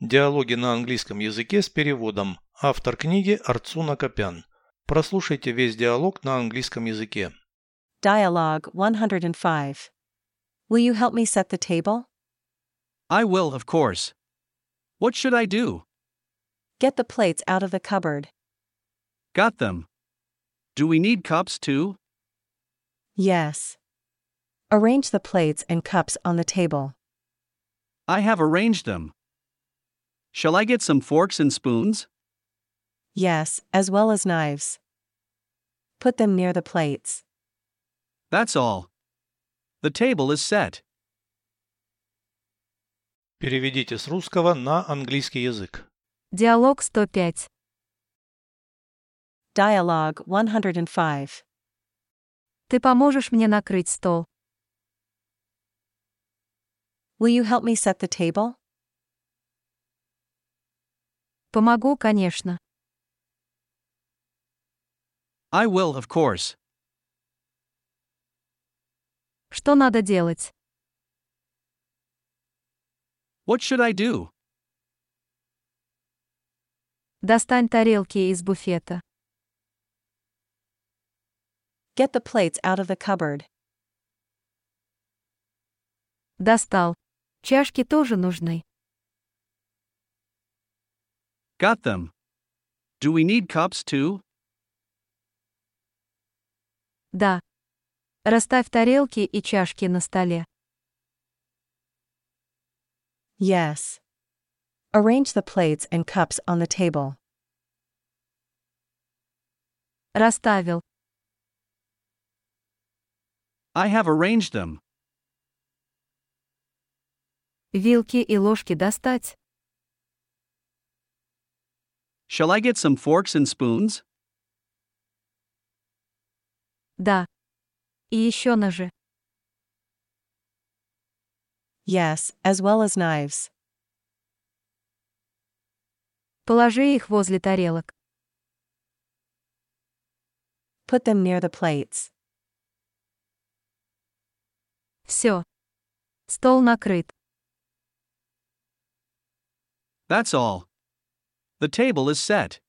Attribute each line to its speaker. Speaker 1: Диалоги на английском языке с переводом. Автор книги Арцуна Копян. Прослушайте весь диалог на английском языке.
Speaker 2: Dialogue 105. Will you help me set the table?
Speaker 3: I will, of course. What should I do?
Speaker 2: Get the plates out of the cupboard.
Speaker 3: Got them. Do we need cups too?
Speaker 2: Yes. Arrange the plates and cups on the table.
Speaker 3: I have arranged them. Shall I get some forks and spoons?
Speaker 2: Yes, as well as knives. Put them near the plates.
Speaker 3: That's all. The table is set.
Speaker 1: Переведите с русского на английский язык.
Speaker 4: Диалог 105.
Speaker 2: Dialogue 105.
Speaker 4: Ты поможешь мне накрыть стол.
Speaker 2: Will you help me set the table?
Speaker 4: Помогу, конечно.
Speaker 3: I will, of course.
Speaker 4: Что надо делать?
Speaker 3: What should I do?
Speaker 4: Достань тарелки из буфета.
Speaker 2: Get the plates out of the cupboard.
Speaker 4: Достал. Чашки тоже нужны.
Speaker 3: Got them. Do we need cups too?
Speaker 4: Да. Расставь тарелки и чашки на столе.
Speaker 2: Yes. Arrange the plates and cups on the table.
Speaker 4: Расставил.
Speaker 3: I have arranged them.
Speaker 4: Вилки и ложки достать.
Speaker 3: Shall I get some forks and spoons?
Speaker 4: Да. И еще ножи.
Speaker 2: Yes, as well as knives.
Speaker 4: Положи их возле тарелок.
Speaker 2: Put them near the plates.
Speaker 4: Все. Стол накрыт.
Speaker 3: That's all. The table is set.